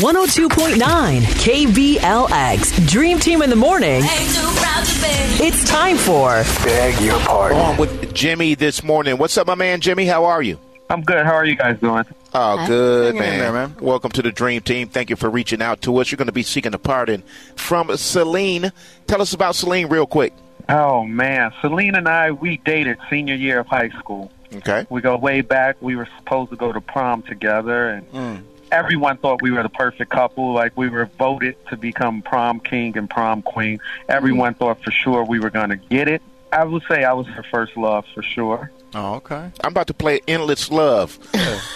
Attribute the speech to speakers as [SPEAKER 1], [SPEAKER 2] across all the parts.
[SPEAKER 1] 102.9 KBLX. Dream Team in the morning. It's time for
[SPEAKER 2] Beg your pardon.
[SPEAKER 3] on with Jimmy this morning. What's up, my man Jimmy? How are you?
[SPEAKER 4] I'm good. How are you guys doing?
[SPEAKER 3] Oh, good, man.
[SPEAKER 2] there, man.
[SPEAKER 3] Welcome to the Dream Team. Thank you for reaching out to us. You're going to be seeking a pardon from Celine. Tell us about Celine real quick.
[SPEAKER 4] Oh man, Celine and I we dated senior year of high school.
[SPEAKER 3] Okay.
[SPEAKER 4] We go way back. We were supposed to go to prom together, and everyone thought we were the perfect couple. Like we were voted to become prom king and prom queen. Everyone thought for sure we were going to get it. I would say I was her first love for sure.
[SPEAKER 2] Oh, okay.
[SPEAKER 3] I'm about to play Endless Love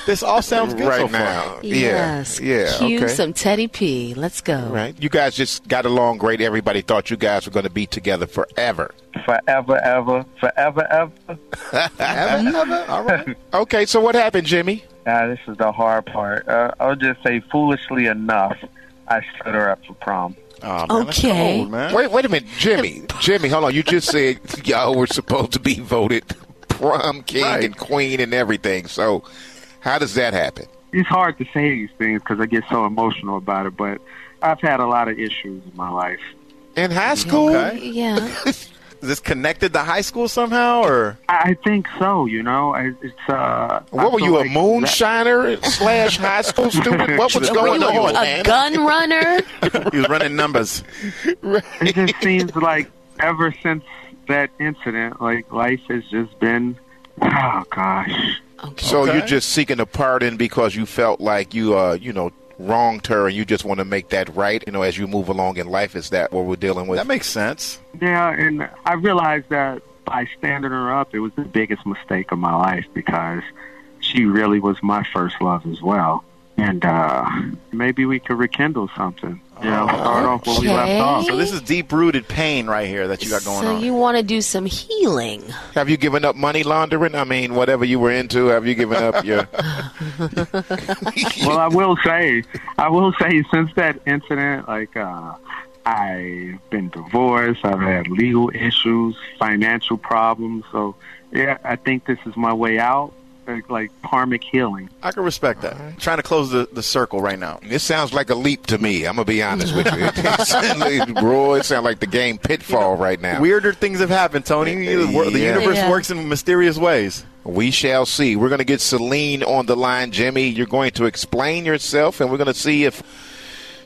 [SPEAKER 2] This all sounds good
[SPEAKER 3] right
[SPEAKER 2] so
[SPEAKER 3] now.
[SPEAKER 2] Far.
[SPEAKER 5] Yes.
[SPEAKER 3] Yeah. Yeah.
[SPEAKER 5] Cue
[SPEAKER 3] okay.
[SPEAKER 5] some Teddy P. Let's go.
[SPEAKER 3] Right. You guys just got along great. Everybody thought you guys were going to be together forever.
[SPEAKER 4] Forever, ever, forever, ever.
[SPEAKER 2] Ever, ever? All right.
[SPEAKER 3] Okay. So what happened, Jimmy?
[SPEAKER 4] Ah, this is the hard part. Uh, I'll just say, foolishly enough, I stood her up for prom.
[SPEAKER 2] Oh, man, that's
[SPEAKER 5] Okay.
[SPEAKER 2] cold, man.
[SPEAKER 3] Wait, wait a minute, Jimmy. Jimmy, hold on. You just said y'all were supposed to be voted prom king
[SPEAKER 2] Right.
[SPEAKER 3] and queen and everything. So, how does that happen?
[SPEAKER 4] it's hard to say these things because I get so emotional about it. But I've had a lot of issues in my life.
[SPEAKER 3] In high school?
[SPEAKER 2] Okay.
[SPEAKER 5] Yeah.
[SPEAKER 2] Is this connected to high school somehow, or
[SPEAKER 4] I I think so. You know, I, it's uh. I
[SPEAKER 3] What were
[SPEAKER 4] feel
[SPEAKER 3] you, a
[SPEAKER 4] like
[SPEAKER 3] moonshiner slash high school student? What was
[SPEAKER 5] Were
[SPEAKER 3] going
[SPEAKER 5] you
[SPEAKER 3] on,
[SPEAKER 5] a
[SPEAKER 3] man?
[SPEAKER 5] gun runner?
[SPEAKER 2] he was running numbers?
[SPEAKER 4] that- It just seems like ever since that incident, like life has just been. Oh gosh.
[SPEAKER 3] So
[SPEAKER 2] Okay.
[SPEAKER 3] you're just seeking a pardon because you felt like you, uh, you know, wronged her, and you just want to make that right. You know, as you move along in life, is that what we're dealing with?
[SPEAKER 2] That makes sense.
[SPEAKER 4] Yeah, and I realized that by standing her up, it was the biggest mistake of my life because she really was my first love as well. And uh, maybe we could rekindle something. You know, start off where we left
[SPEAKER 5] Okay.
[SPEAKER 4] off.
[SPEAKER 2] Oh, So this is deep-rooted pain right here that you got going
[SPEAKER 5] so
[SPEAKER 2] on.
[SPEAKER 5] you want to do some healing?
[SPEAKER 3] Have you given up money laundering? I mean, whatever you were into, have you given up your?
[SPEAKER 4] well, I will say, I will say, since that incident, like uh, I've been divorced, I've had legal issues, financial problems. So, yeah, I think this is my way out, like, like karmic healing.
[SPEAKER 2] I can respect that. Trying to close the, the circle right now.
[SPEAKER 3] This sounds like a leap to me. I'm gonna be honest with you. Roy, it sounds like the game Pitfall right now.
[SPEAKER 2] Weirder things have happened, Tony. The, wor- the
[SPEAKER 3] Yeah.
[SPEAKER 2] universe
[SPEAKER 5] Yeah.
[SPEAKER 2] works in mysterious ways.
[SPEAKER 3] We shall see. We're gonna get Celine on the line, Jimmy. You're going to explain yourself, and we're gonna see if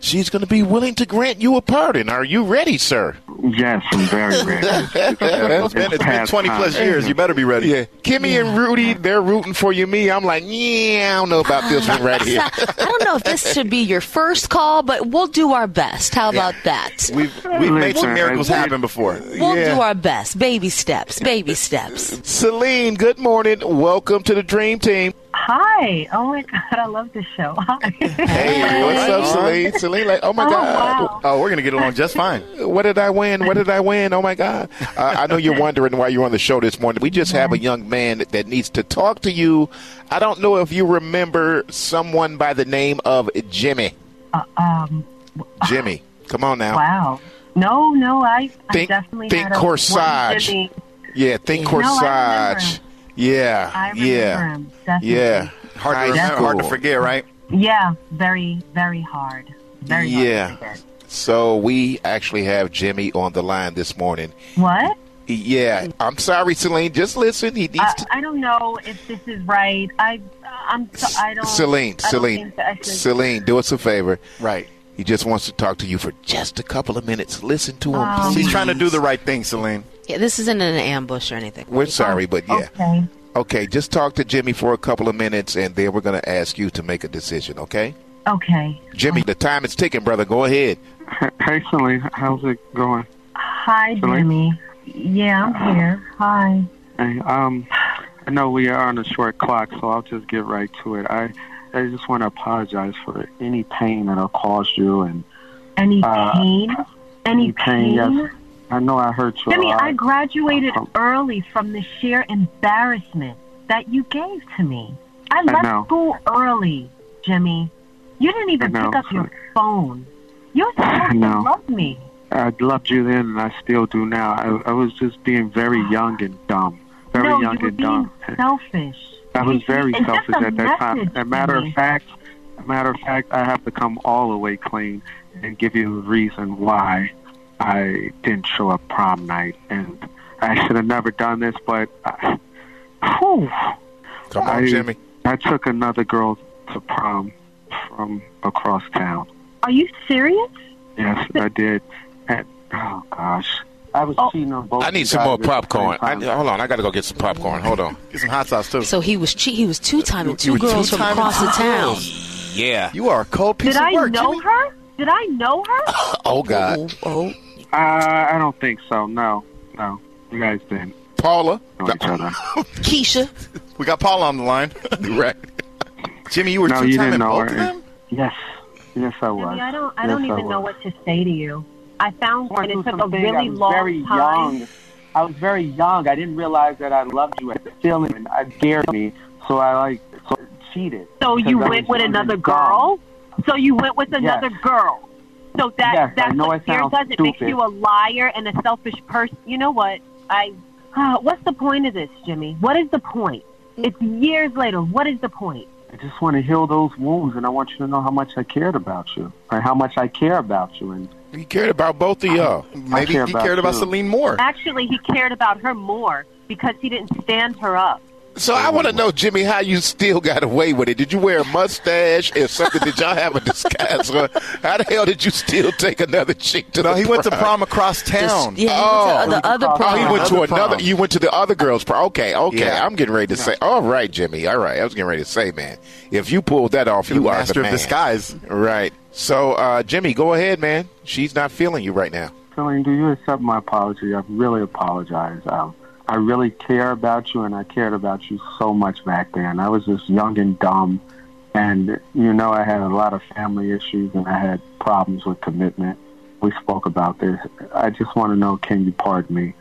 [SPEAKER 3] she's gonna be willing to grant you a pardon. Are you ready, sir?
[SPEAKER 4] Yes, I'm very rich. It's, it's,
[SPEAKER 2] It's been, it's been 20 plus years. You better be ready.
[SPEAKER 3] Kimmy and Rudy, they're rooting for you. Me, I'm like, yeah, I don't know about this one right here.
[SPEAKER 5] I don't know if this should be your first call, but we'll do our best. How about that?
[SPEAKER 2] We've, we've made some
[SPEAKER 4] Listen,
[SPEAKER 2] miracles
[SPEAKER 4] I-
[SPEAKER 2] happen before.
[SPEAKER 5] We'll do our best. Baby steps. Baby steps.
[SPEAKER 3] Celine, good morning. Welcome to the Dream Team.
[SPEAKER 6] Hi. Oh my God, I love this show. Hi.
[SPEAKER 3] Hey, what's up, Celine? Celine, like, oh my
[SPEAKER 6] Oh,
[SPEAKER 3] God.
[SPEAKER 6] wow.
[SPEAKER 2] Oh, we're going to get along just fine.
[SPEAKER 3] What did I win? What did I win? Oh my God! Uh, I know you're wondering why you're on the show this morning. We just have a young man that, that needs to talk to you. I don't know if you remember someone by the name of Jimmy.
[SPEAKER 6] um,
[SPEAKER 3] Jimmy, come on now.
[SPEAKER 6] wow. No, no, I,
[SPEAKER 3] Think-
[SPEAKER 6] I definitely
[SPEAKER 3] think
[SPEAKER 6] had a
[SPEAKER 3] corsage.
[SPEAKER 6] One Jimmy.
[SPEAKER 3] Yeah, think
[SPEAKER 6] No, I remember
[SPEAKER 3] corsage.
[SPEAKER 6] him.
[SPEAKER 3] Yeah,
[SPEAKER 6] I remember
[SPEAKER 3] yeah,
[SPEAKER 6] him. Definitely.
[SPEAKER 3] yeah.
[SPEAKER 2] Hard to,
[SPEAKER 3] High
[SPEAKER 2] remember, hard to
[SPEAKER 3] school.
[SPEAKER 2] forget, right?
[SPEAKER 6] Yeah. Very, very hard. Very
[SPEAKER 3] Yeah.
[SPEAKER 6] hard. to forget.
[SPEAKER 3] So we actually have Jimmy on the line this morning.
[SPEAKER 6] What?
[SPEAKER 3] Yeah, I'm sorry, Celine. Just listen. He needs
[SPEAKER 6] I,
[SPEAKER 3] to.
[SPEAKER 6] I don't know if this is right. I, I'm. So, I don't.
[SPEAKER 3] Celine,
[SPEAKER 6] I don't
[SPEAKER 3] Celine,
[SPEAKER 6] think that I should-
[SPEAKER 3] Celine, do us a favor.
[SPEAKER 2] Right.
[SPEAKER 3] He just wants to talk to you for just a couple of minutes. Listen to him.
[SPEAKER 6] Um,
[SPEAKER 3] please.
[SPEAKER 2] She's trying to do the right thing, Celine.
[SPEAKER 5] Yeah, this isn't an ambush or anything.
[SPEAKER 3] We're sorry, but
[SPEAKER 6] Oh.
[SPEAKER 3] yeah.
[SPEAKER 6] Okay.
[SPEAKER 3] Okay, just talk to Jimmy for a couple of minutes, and then we're going to ask you to make a decision, okay?
[SPEAKER 6] Okay.
[SPEAKER 3] Jimmy, the time is ticking, brother. Go ahead.
[SPEAKER 4] Hey, Celine, how's it going?
[SPEAKER 6] Hi,
[SPEAKER 4] Celine?
[SPEAKER 6] Jimmy. Yeah, I'm here. Hi.
[SPEAKER 4] Hey, um, I know we are on a short clock, so I'll just get right to it. I, I just want to apologize for any pain that I caused you, and
[SPEAKER 6] Any
[SPEAKER 4] Uh,
[SPEAKER 6] pain? Any pain?
[SPEAKER 4] yes. I know I hurt you. a
[SPEAKER 6] Jimmy,
[SPEAKER 4] lot.
[SPEAKER 6] I graduated
[SPEAKER 4] Um,
[SPEAKER 6] early from the sheer embarrassment that you gave to me. I left
[SPEAKER 4] know.
[SPEAKER 6] school early, Jimmy. You didn't even
[SPEAKER 4] know.
[SPEAKER 6] pick up your phone. You're supposed to
[SPEAKER 4] know.
[SPEAKER 6] love me.
[SPEAKER 4] I loved you then, and I still do now. I, I was just being very young and dumb, very
[SPEAKER 6] no,
[SPEAKER 4] young
[SPEAKER 6] you were
[SPEAKER 4] and
[SPEAKER 6] being
[SPEAKER 4] dumb.
[SPEAKER 6] selfish.
[SPEAKER 4] I was very
[SPEAKER 6] It's just
[SPEAKER 4] selfish
[SPEAKER 6] a
[SPEAKER 4] at that time.
[SPEAKER 6] message
[SPEAKER 4] As a matter
[SPEAKER 6] to me.
[SPEAKER 4] of fact, Matter of fact, I have to come all the way clean and give you a reason why I didn't show up prom night. And I should have never done this, but I, whew,
[SPEAKER 3] Come on,
[SPEAKER 4] I,
[SPEAKER 3] Jimmy.
[SPEAKER 4] I took another girl to prom from across town.
[SPEAKER 6] Are you serious?
[SPEAKER 4] Yes, I did. And, oh gosh, I
[SPEAKER 6] Oh.
[SPEAKER 4] was cheating on both.
[SPEAKER 3] I need
[SPEAKER 4] you
[SPEAKER 3] some
[SPEAKER 4] guys
[SPEAKER 3] more
[SPEAKER 4] at the same
[SPEAKER 3] popcorn. I,
[SPEAKER 4] time.
[SPEAKER 3] hold on, I gotta go get some popcorn. Hold on.
[SPEAKER 2] Get some hot sauce, too.
[SPEAKER 5] So he was che- he was two timing
[SPEAKER 2] you
[SPEAKER 5] two
[SPEAKER 2] were
[SPEAKER 5] girls from
[SPEAKER 2] two-timing
[SPEAKER 5] across the town.
[SPEAKER 3] Yeah.
[SPEAKER 2] you are a cold piece
[SPEAKER 6] Did
[SPEAKER 2] of
[SPEAKER 6] I
[SPEAKER 2] work,
[SPEAKER 6] know
[SPEAKER 2] Jimmy.
[SPEAKER 6] her? Did I know her?
[SPEAKER 3] Oh God,
[SPEAKER 5] Oh,
[SPEAKER 4] Uh, I don't think so. No, no, you guys didn't
[SPEAKER 3] Paula.
[SPEAKER 4] know each other.
[SPEAKER 5] Keisha.
[SPEAKER 2] We got Paula on the line.
[SPEAKER 3] right.
[SPEAKER 2] Jimmy, you were
[SPEAKER 4] No, you
[SPEAKER 2] two-timing
[SPEAKER 4] didn't know
[SPEAKER 2] both
[SPEAKER 4] her.
[SPEAKER 2] of them?
[SPEAKER 4] Yes, yes, I was.
[SPEAKER 6] Jimmy, I don't. I
[SPEAKER 4] Yes,
[SPEAKER 6] don't even
[SPEAKER 4] was.
[SPEAKER 6] know what to say to you. I found
[SPEAKER 7] went
[SPEAKER 6] that it
[SPEAKER 7] through
[SPEAKER 6] took a
[SPEAKER 7] something. I
[SPEAKER 6] really
[SPEAKER 7] was
[SPEAKER 6] long
[SPEAKER 7] very
[SPEAKER 6] time.
[SPEAKER 7] young. I was very young. I didn't realize that I loved you and feeling and I scared me. So I like so cheated.
[SPEAKER 6] So
[SPEAKER 7] Because
[SPEAKER 6] you
[SPEAKER 7] I
[SPEAKER 6] went
[SPEAKER 7] was
[SPEAKER 6] with
[SPEAKER 7] young
[SPEAKER 6] another
[SPEAKER 7] and dumb.
[SPEAKER 6] girl. So you went with another girl. So that
[SPEAKER 7] Yes, I
[SPEAKER 6] that's
[SPEAKER 7] know
[SPEAKER 6] what
[SPEAKER 7] I
[SPEAKER 6] fear
[SPEAKER 7] sound
[SPEAKER 6] does. It makes
[SPEAKER 7] stupid.
[SPEAKER 6] you a liar and a selfish person. You know what? I. ah, what's the point of this, Jimmy? What is the point? It's years later. What is the point?
[SPEAKER 4] I just want to heal those wounds, and I want you to know how much I cared about you, and how much I care about you. And
[SPEAKER 3] He cared about both of y'all.
[SPEAKER 2] Maybe
[SPEAKER 4] care
[SPEAKER 2] he
[SPEAKER 4] about
[SPEAKER 2] cared about
[SPEAKER 4] you.
[SPEAKER 2] Celine more.
[SPEAKER 6] Actually, he cared about her more because he didn't stand her up.
[SPEAKER 3] So I want to know, Jimmy, how you still got away with it? Did you wear a mustache or something? did y'all have a disguise? Or how the hell did you still take another chick to
[SPEAKER 2] No,
[SPEAKER 3] the
[SPEAKER 2] he went to
[SPEAKER 3] prom?
[SPEAKER 2] prom across
[SPEAKER 5] This-
[SPEAKER 2] town.
[SPEAKER 5] yeah, he went to the other
[SPEAKER 3] Oh,
[SPEAKER 5] prom.
[SPEAKER 3] he went to
[SPEAKER 2] Another
[SPEAKER 3] another.
[SPEAKER 2] prom.
[SPEAKER 3] You went to the other girl's prom. Okay, okay.
[SPEAKER 2] Yeah.
[SPEAKER 3] I'm getting ready to say. All right, Jimmy. All right, I was getting ready to say, man. If you pulled that off,
[SPEAKER 2] You're
[SPEAKER 3] you
[SPEAKER 2] the
[SPEAKER 3] are
[SPEAKER 2] master
[SPEAKER 3] the
[SPEAKER 2] of
[SPEAKER 3] man.
[SPEAKER 2] disguise.
[SPEAKER 3] Right. So, uh, Jimmy, go ahead, man. She's not feeling you right now.
[SPEAKER 4] Celine, do you accept my apology? I really apologize. Um, I really care about you, and I cared about you so much back then. I was just young and dumb, and you know, I had a lot of family issues, and I had problems with commitment. We spoke about this. I just want to know, can you pardon me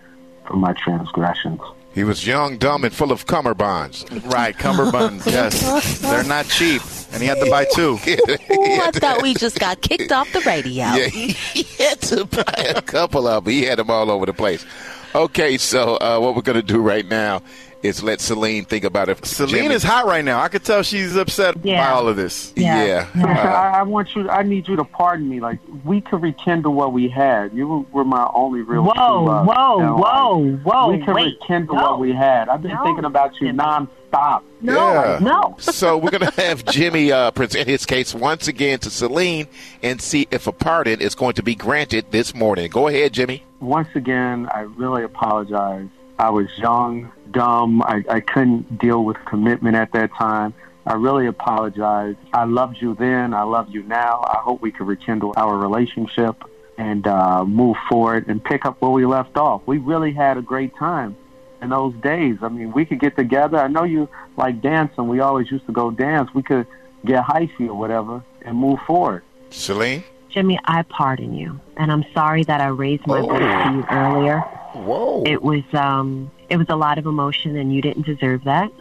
[SPEAKER 4] for my transgressions?
[SPEAKER 3] He was young, dumb, and full of cummerbunds.
[SPEAKER 2] Right, cummerbunds. Yes, they're not cheap, and he had to buy two.
[SPEAKER 5] Ooh, I thought we just got kicked off the radio.
[SPEAKER 3] Yeah, he had to buy a couple of them. He had them all over the place. Okay, so uh, what we're going to do right now is let Celine think about it.
[SPEAKER 2] Celine is hot right now. I could tell she's upset by
[SPEAKER 6] Yeah.
[SPEAKER 2] all of this.
[SPEAKER 3] Yeah.
[SPEAKER 4] Sister, I, I want you. I need you to pardon me. Like we could rekindle what we had. You were my only real.
[SPEAKER 6] Whoa,
[SPEAKER 4] true love.
[SPEAKER 6] Oh, whoa,
[SPEAKER 4] You know,
[SPEAKER 6] whoa,
[SPEAKER 4] like,
[SPEAKER 6] whoa!
[SPEAKER 4] We could
[SPEAKER 6] Oh, wait.
[SPEAKER 4] rekindle
[SPEAKER 6] no,
[SPEAKER 4] what we had. I've been
[SPEAKER 6] No.
[SPEAKER 4] thinking about you nonstop.
[SPEAKER 6] No,
[SPEAKER 3] Yeah.
[SPEAKER 6] no.
[SPEAKER 3] so we're going to have Jimmy uh, present his case once again to Celine and see if a pardon is going to be granted this morning. Go ahead, Jimmy.
[SPEAKER 4] Once again, I really apologize. I was young, dumb. I, I couldn't deal with commitment at that time. I really apologize. I loved you then. I love you now. I hope we can rekindle our relationship and uh, move forward and pick up where we left off. We really had a great time in those days. I mean, we could get together. I know you like dancing. We always used to go dance. We could get hyphy or whatever and move forward.
[SPEAKER 3] Celine?
[SPEAKER 6] Jimmy, I pardon you, and I'm sorry that I raised my voice to
[SPEAKER 7] Oh.
[SPEAKER 6] you earlier.
[SPEAKER 3] Whoa.
[SPEAKER 6] It was um, it was a lot of emotion, and you didn't deserve that.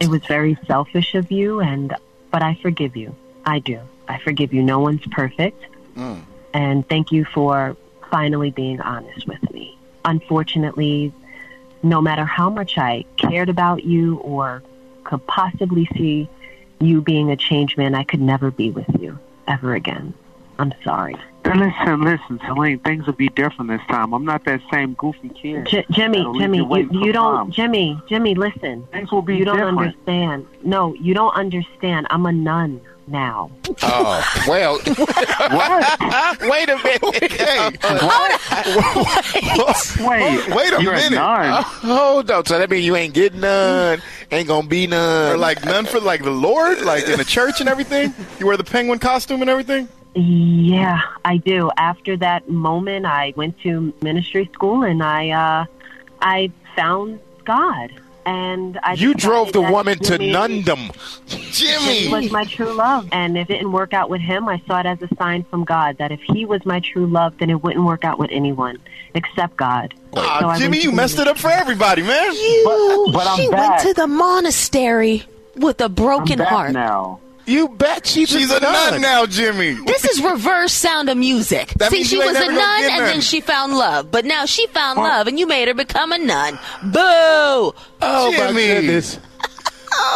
[SPEAKER 6] It was very selfish of you, and but I forgive you. I do. I forgive you. No one's perfect,
[SPEAKER 4] Mm.
[SPEAKER 6] and thank you for finally being honest with me. Unfortunately, no matter how much I cared about you or could possibly see you being a change man, I could never be with you ever again. I'm sorry.
[SPEAKER 4] Listen, listen, Celine. Things will be different this time. I'm not that same goofy kid.
[SPEAKER 6] J- Jimmy,
[SPEAKER 4] That'll leave
[SPEAKER 6] Jimmy,
[SPEAKER 4] you
[SPEAKER 6] you,
[SPEAKER 4] waiting
[SPEAKER 6] you
[SPEAKER 4] for
[SPEAKER 6] don't,
[SPEAKER 4] prom.
[SPEAKER 6] Jimmy, Jimmy, listen.
[SPEAKER 4] Things will be
[SPEAKER 6] you don't
[SPEAKER 4] different.
[SPEAKER 6] understand. No, you don't understand. I'm a nun now.
[SPEAKER 3] Oh, well. Wait a minute.
[SPEAKER 4] Wait,
[SPEAKER 2] Wait a
[SPEAKER 4] you're
[SPEAKER 2] minute.
[SPEAKER 4] A
[SPEAKER 3] Uh,
[SPEAKER 4] nun.
[SPEAKER 3] Hold on. So that means you ain't getting none. Ain't going to be
[SPEAKER 2] Or
[SPEAKER 3] none.
[SPEAKER 2] like none for like the Lord, like in the church and everything. You wear the penguin costume and everything.
[SPEAKER 6] Yeah, I do. After that moment, I went to ministry school and I, uh, I found God. And I
[SPEAKER 3] You
[SPEAKER 6] decided
[SPEAKER 3] drove the
[SPEAKER 6] that
[SPEAKER 3] woman to
[SPEAKER 6] Jimmy
[SPEAKER 3] nundom.
[SPEAKER 6] was my true love, and if it didn't work out with him, I saw it as a sign from God that if he was my true love, then it wouldn't work out with anyone except God. So I
[SPEAKER 2] Ah,
[SPEAKER 6] went
[SPEAKER 2] Jimmy,
[SPEAKER 6] to
[SPEAKER 2] you messed it up for everybody, man.
[SPEAKER 5] You.
[SPEAKER 4] But- but I'm
[SPEAKER 5] she
[SPEAKER 4] back.
[SPEAKER 5] went to the monastery with a
[SPEAKER 4] I'm
[SPEAKER 5] broken
[SPEAKER 4] back
[SPEAKER 5] heart.
[SPEAKER 4] now.
[SPEAKER 3] You bet she's,
[SPEAKER 2] She's a nun now, Jimmy.
[SPEAKER 5] This is reverse sound of music.
[SPEAKER 2] That
[SPEAKER 5] See,
[SPEAKER 2] means
[SPEAKER 5] she
[SPEAKER 2] you ain't
[SPEAKER 5] was a
[SPEAKER 2] never gonna
[SPEAKER 5] nun
[SPEAKER 2] get
[SPEAKER 5] and
[SPEAKER 2] none.
[SPEAKER 5] then she found love. But now she found love and you made her become a nun. Boo!
[SPEAKER 3] Oh, my
[SPEAKER 2] Jimmy.
[SPEAKER 3] goodness.
[SPEAKER 4] Does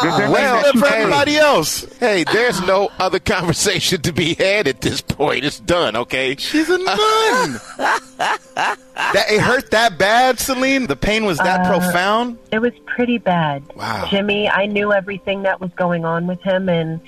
[SPEAKER 4] that mean
[SPEAKER 3] Uh, Well,
[SPEAKER 4] that you
[SPEAKER 3] for
[SPEAKER 4] came?
[SPEAKER 3] everybody else, hey, there's no other conversation to be had at this point. It's done, okay?
[SPEAKER 2] She's a nun. that it hurt that bad, Celine. The pain was that
[SPEAKER 6] Uh,
[SPEAKER 2] profound.
[SPEAKER 6] It was pretty bad.
[SPEAKER 2] Wow.
[SPEAKER 6] Jimmy, I knew everything that was going on with him and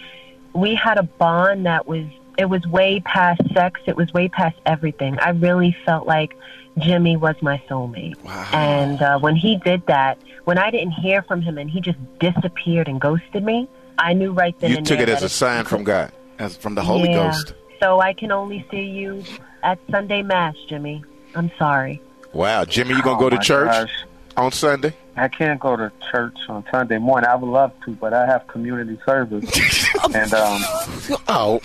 [SPEAKER 6] we had a bond that was it was way past sex, it was way past everything. I really felt like Jimmy was my soulmate. Wow. And uh, when he did that, when I didn't hear from him and he just disappeared and ghosted me, I knew right then
[SPEAKER 3] You
[SPEAKER 6] and
[SPEAKER 3] took
[SPEAKER 6] there
[SPEAKER 3] it as
[SPEAKER 6] that
[SPEAKER 3] a sign from God.
[SPEAKER 2] As from the Holy
[SPEAKER 6] yeah.
[SPEAKER 2] Ghost.
[SPEAKER 6] So I can only see you at Sunday mass, Jimmy. I'm sorry.
[SPEAKER 3] Wow, Jimmy, you gonna
[SPEAKER 4] Oh,
[SPEAKER 3] go to
[SPEAKER 4] my
[SPEAKER 3] church
[SPEAKER 4] gosh.
[SPEAKER 3] on Sunday?
[SPEAKER 4] I can't go to church on Sunday morning. I would love to, but I have community service, and um,
[SPEAKER 3] Oh,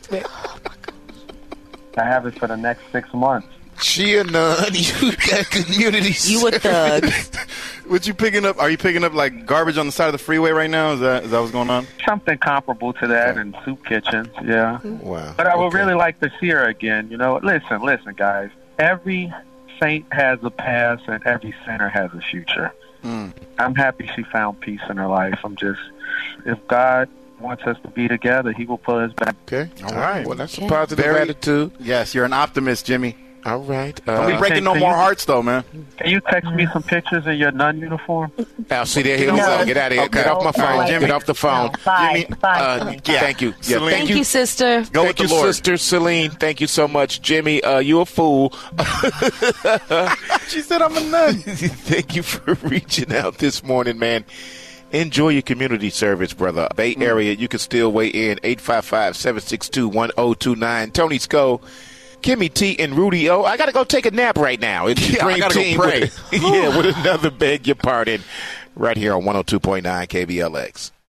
[SPEAKER 4] I have it for the next six months.
[SPEAKER 3] she a nun. You got community.
[SPEAKER 5] You a thug.
[SPEAKER 2] What you picking up? Are you picking up like garbage on the side of the freeway right now? Is that is that what's going on?
[SPEAKER 4] Something comparable to that in soup kitchens, yeah.
[SPEAKER 3] Wow.
[SPEAKER 4] But I would
[SPEAKER 3] okay.
[SPEAKER 4] really like to see her again. You know, listen, listen, guys. Every saint has a past, and every sinner has a future. I'm happy she found peace in her life. I'm just, if God wants us to be together, He will pull us back.
[SPEAKER 3] Okay. All
[SPEAKER 2] right.
[SPEAKER 3] right. Well, that's a positive
[SPEAKER 2] Very-
[SPEAKER 3] attitude.
[SPEAKER 2] Yes, you're an optimist, Jimmy.
[SPEAKER 3] All right.
[SPEAKER 2] Don't be
[SPEAKER 3] Uh,
[SPEAKER 2] breaking no more hearts, though, man.
[SPEAKER 4] Can you text me some pictures of your nun uniform?
[SPEAKER 3] now, see there. Here we
[SPEAKER 6] No.
[SPEAKER 3] go. Get out of here.
[SPEAKER 2] Okay.
[SPEAKER 3] Get off my
[SPEAKER 6] No,
[SPEAKER 3] phone.
[SPEAKER 6] no,
[SPEAKER 3] Jimmy. Get off the phone.
[SPEAKER 6] Bye.
[SPEAKER 2] Jimmy,
[SPEAKER 6] Bye.
[SPEAKER 3] Uh,
[SPEAKER 6] Jimmy.
[SPEAKER 3] yeah. Thank you. Yeah,
[SPEAKER 2] Celine.
[SPEAKER 5] Thank you, sister.
[SPEAKER 2] Go
[SPEAKER 3] Thank
[SPEAKER 2] with the
[SPEAKER 3] you,
[SPEAKER 2] Lord.
[SPEAKER 3] sister Celine. Thank you so much, Jimmy. Uh, you a fool.
[SPEAKER 2] She said I'm a nun.
[SPEAKER 3] Thank you for reaching out this morning, man. Enjoy your community service, brother. Bay
[SPEAKER 2] Mm.
[SPEAKER 3] Area, you can still weigh in 855-762-1029. Tony Sco, Kimmy T, and Rudy O. I gotta go take a nap right now. It's
[SPEAKER 2] Yeah, I
[SPEAKER 3] Dream
[SPEAKER 2] gotta go
[SPEAKER 3] Team
[SPEAKER 2] pray.
[SPEAKER 3] oh With, yeah, with another beg your pardon, right here on 102.9 KBLX.